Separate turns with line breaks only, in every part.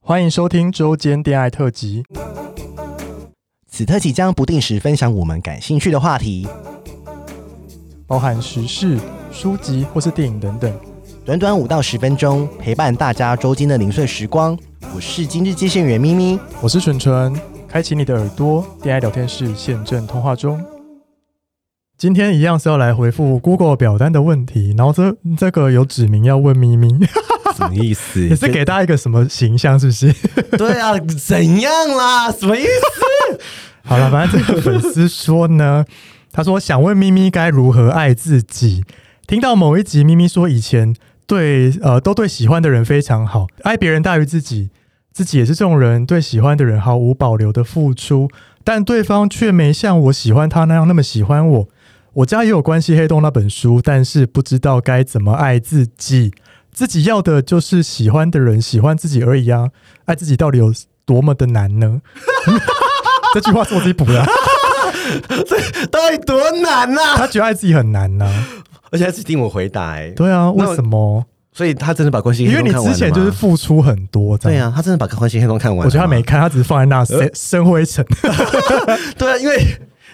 欢迎收听周间恋爱特辑。
此特辑将不定时分享我们感兴趣的话题，
包含时事、书籍或是电影等等。
短短五到十分钟，陪伴大家周间的零碎时光。我是今日接线员咪咪，
我是纯纯，开启你的耳朵，恋爱聊天室现正通话中。今天一样是要来回复 Google 表单的问题，然后这这个有指明要问咪咪，
什么意 思？
也是给大家一个什么形象，是不是？
对啊，怎样啦？什么意思？
好了，反正这个粉丝说呢， 他说想问咪咪该如何爱自己。听到某一集咪咪说以前对呃都对喜欢的人非常好，爱别人大于自己，自己也是这种人，对喜欢的人毫无保留的付出，但对方却没像我喜欢他那样那么喜欢我。我家也有关系黑洞那本书，但是不知道该怎么爱自己。自己要的就是喜欢的人喜欢自己而已啊，爱自己到底有多么的难呢？这句话是我自己补的啊，
到底多难啊呐、
他觉得爱自己很难呐、
而且还只听我回答、欸，
对啊，
那我
为什么？
所以他真的把关系黑
因为
洞
你
看完了
之前就是
吗
付出很多，这
对
样。
啊，他呃真的把关系黑洞看完了吗。
我觉得他没看，他只是放在那生生灰 尘。
对啊，因为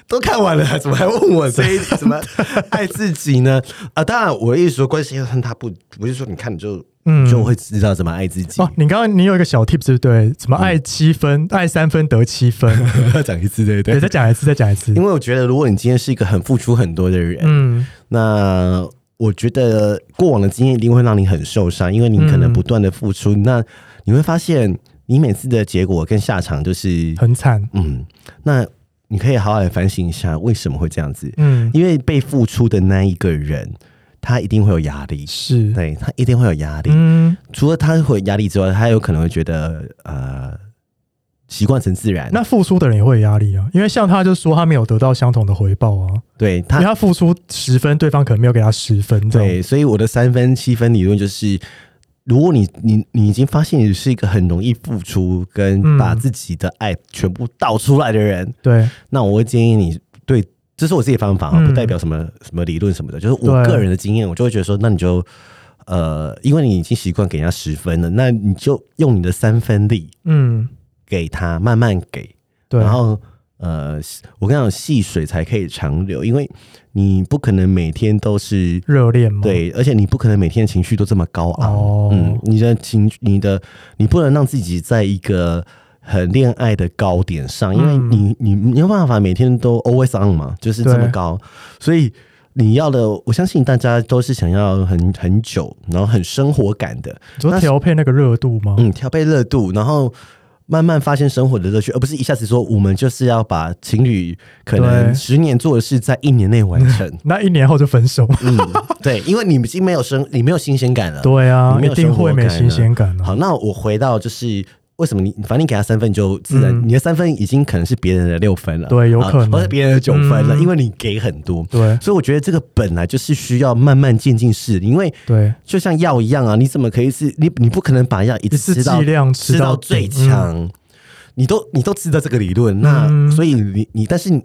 都看完了， 怎么还问我这一怎么 爱自己呢？啊，当然，我的意思说，关系恨他不不是说你看你就
嗯
就会知道怎么爱自己。
哦，你刚刚你有一个小 tips 对不对？什么
嗯
爱七分，爱三分得七分。
要讲一次，对
对，再讲一次，再讲一次
因。为我觉得，如果你今天是一个很付出很多的人，
嗯
那我觉得过往的经验一定会让你很受伤，因为你可能
嗯
不断的付出，那你会发现你每次的结果跟下场就是，
很惨。
嗯，那你可以好好的反省一下，为什么会这样子？
嗯，
因为被付出的那一个人，他一定会有压力，
是。
对他一定会有压力。
嗯
除了他会有压力之外，他有可能会觉得呃习惯成自然。
那付出的人也会有压力啊，因为像他就说他没有得到相同的回报啊，
对
因
他
为他付出十分，对方可能没有给他十分这种。
对，所以我的三分七分理论就是，如果你你你已经发现你是一个很容易付出
嗯
跟把自己的爱全部倒出来的人，
对，
那我会建议你对。这是我自己的方法啊，
嗯
不代表什么什么理论什么的，就是我
对
个人的经验，我就会觉得说，那你就呃，因为你已经习惯给人家十分了，那你就用你的三分力
嗯，
给他，慢慢给，
对。
然后呃，我跟你讲，细水才可以长流，因为你不可能每天都是
热恋嘛，，
对，而且你不可能每天情绪都这么高昂。
哦
嗯，你的情，你的，你不能让自己在一个很恋爱的高点上，因为
嗯
你你没有办法每天都 always on 嘛，就是这么
对
高，所以。你要的，我相信大家都是想要很很久，然后很生活感的，
你说
那是
调配那个热度吗？
嗯，调配热度，然后慢慢发现生活的乐趣，而不是一下子说我们就是要把情侣可
对
能十年做的事在一年内完成。
那一年后就分手。
嗯， 对，因为你已经没有生，你没有新鲜感了。
对啊，
你没
一
有
定
生活
会没
感
新
了
鲜感啊。
好，那我回到就是为什么你反正你给他三分，你就自然、
嗯
你的三分已经可能是别人的六分了，
对有
好
可能
或者别人的九分了，
嗯
因为你给很多。
对
所以我觉得这个本来就是需要慢慢渐进式的，因为
对，
就像药一样啊，你怎么可以是你你不可能把药一
一次
次吃到
剂量吃嗯
吃到
底
最，强，你都你都知道这个理论，那、
嗯
所以你你但是你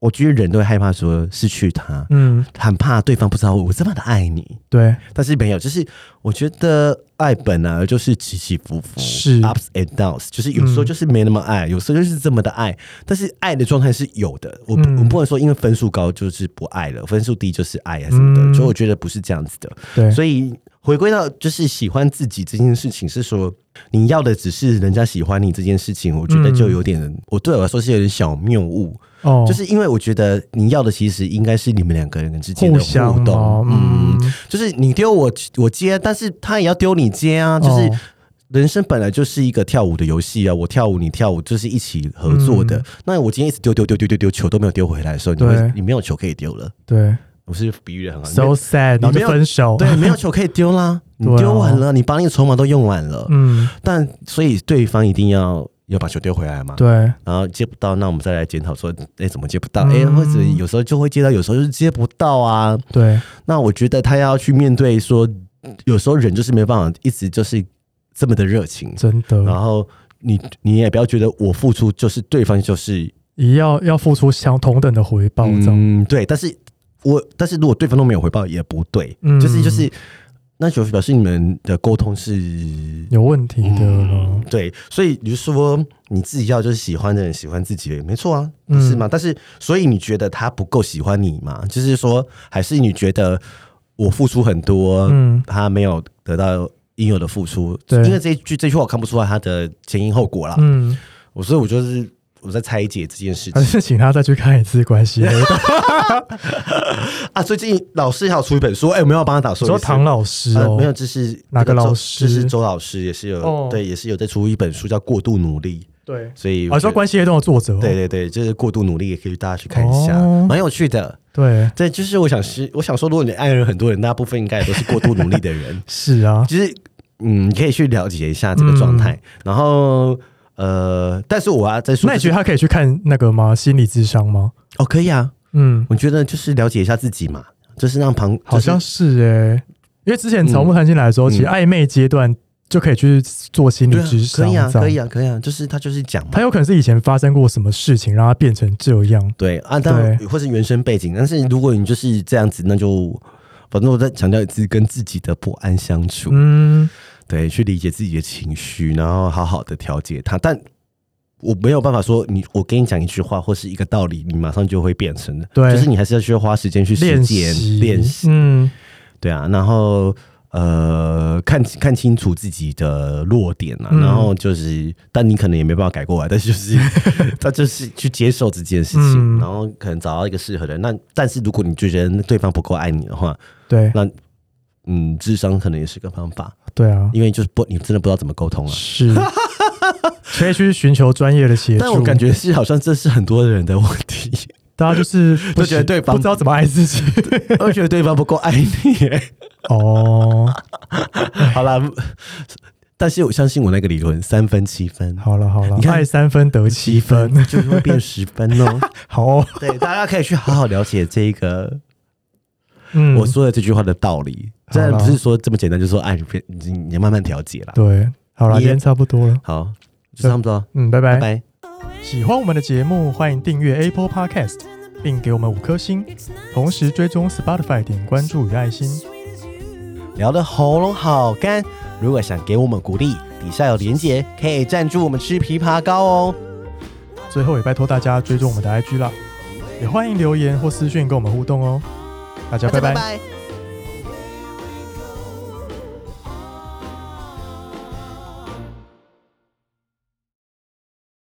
我觉得人都会害怕说失去他，
嗯，嗯
很怕对方不知道我这么的爱你，
对，
但是没有，就是我觉得爱本来就是起起伏伏，
是嗯
ups and downs，就是有时候就是没那么爱，有时候就是这么的爱，但是爱的状态是有的。我不、
嗯
我不能说因为分数高就是不爱了，分数低就是爱啊什么的，
嗯
所以我觉得不是这样子的。
对，
所以回归到就是喜欢自己这件事情，是说你要的只是人家喜欢你这件事情，我觉得
嗯
就有点，我对我来说是有点小谬误，
哦，
就是因为我觉得你要的其实应该是你们两个人之间
互
的互
相
动，
哦，嗯，
就是你丢我我接，但是他也要丢你接啊。就是
哦
人生本来就是一个跳舞的游戏啊，我跳舞你跳舞，就是一起合作的。
嗯
那我今天一直丢丢丢丢丢丢球都没有丢回来的时候，你
对
会你没有球可以丢了。
对
我是比喻的很好
，so sad，然
你
后
啊没
就
有
分手，
对，没有球可以丢啦，你
对啊
丢完了，你把你的筹码都用完了，
嗯，
但所以对方一定要要把球丢回来嘛。
对，
然后接不到，那我们再来检讨说，哎，怎么接不到？
嗯
哎、或者有时候就会接到，有时候就是接不到啊。
对，
那我觉得他要去面对说，有时候人就是没办法一直就是这么的热情，
真
然
的，
后你你也不要觉得我付出就是对方就是
也要要付出相同等的回
嗯
报，这样，
对，但是我但是如果对方都没有回报也不对，
嗯
就是就是那就表示你们的沟通是
有问题的
嗯
咯。
对，所以你就说你自己要就是喜欢的人喜欢自己，没错啊，不是
嗯
吗？但是所以你觉得他不够喜欢你吗？就是说，还是你觉得我付出很多，
嗯
他没有得到应有的付出？
对
因为这一句这句话我看不出来他的前因后果啦。
嗯，
我所以我就是我在拆解这件事
还
情
是请他再去看一次关系。
啊。最近老师还有出一本书，哎、我们要帮他打
我
说
说
一次
唐老师
呃
哦，
没有，这是
哪个
这周
老师
这是周老师也是有、
哦
对，也是有在出一本书叫《过度努力》，
对，
所以
我
我觉
说
得
关系黑洞的作者哦，
对对对，就是过度努力也可以大家去看一下，
哦
蛮有趣的。
对，，
对，就是我想是，我想说，如果你爱人很多人，大部分应该也都是过度努力的人
是啊，
就是嗯，你可以去了解一下这个状态。然后呃，但是我要再
嗯
说，
那你
就
觉
是
得他可以去看那个吗？心理智商吗？
哦，可以啊，
嗯，
我觉得就是了解一下自己嘛，就是让旁
好像是诶、因为之前草木谈进来的时候，
嗯
其实暧昧阶段就可以去做心理
就是
智商，
对啊，可以啊，可以
啊。
啊，可以啊，就是他就是讲嘛。
他有可能是以前发生过什么事情，让他变成这样。
对啊，当然
对
或是原生背景，但是如果你就是这样子，那就反正我在强调一次跟自己的不安相处，
嗯，
对，去理解自己的情绪，然后好好的调节它。但我没有办法说你，我跟你讲一句话或是一个道理，你马上就会变成的，
对
就是你还是要需要花时间去实
练习
践练习，
嗯，
对啊，然后。呃，看看清楚自己的弱点啊，
嗯
然后就是，但你可能也没办法改过来，但是就是 他就是去接受这件事情，
嗯
然后可能找到一个适合的人。那但是如果你就觉得对方不够爱你的话，
对
那嗯，智商可能也是个方法，
对啊，
因为就是不，你真的不知道怎么沟通啊。
是可以去寻求专业的协助。
但我感觉是好像这是很多人的问题，
大家就是不
就觉得
知
对方
不知道怎么爱自己。
我觉得 对方不够爱你耶。
哦，
好啦，但是我相信我那个理论，三分七分，
好了好了
你，看
爱三分得七分，
就是会变十分 哦。
好、哦，
对，大家可以去好好了解这个
嗯，
我说的这句话的道理，
好
真
啦
的不是说这么简单，就说哎，你别你你要慢慢调节啦。
对，好了，
你
今
也
天差不多了，
好，就差不多，
嗯，拜拜
拜。拜。
喜欢我们的节目，欢迎订阅 Apple Podcast，并给我们五颗星，同时追踪 Spotify 点关注与爱心。
聊的喉咙好干，如果想给我们鼓励，底下有连结，可以赞助我们吃枇杷膏哦。
最后也拜托大家追踪我们的 IG 啦，也欢迎留言或私讯跟我们互动哦。大家
大家
拜拜
拜拜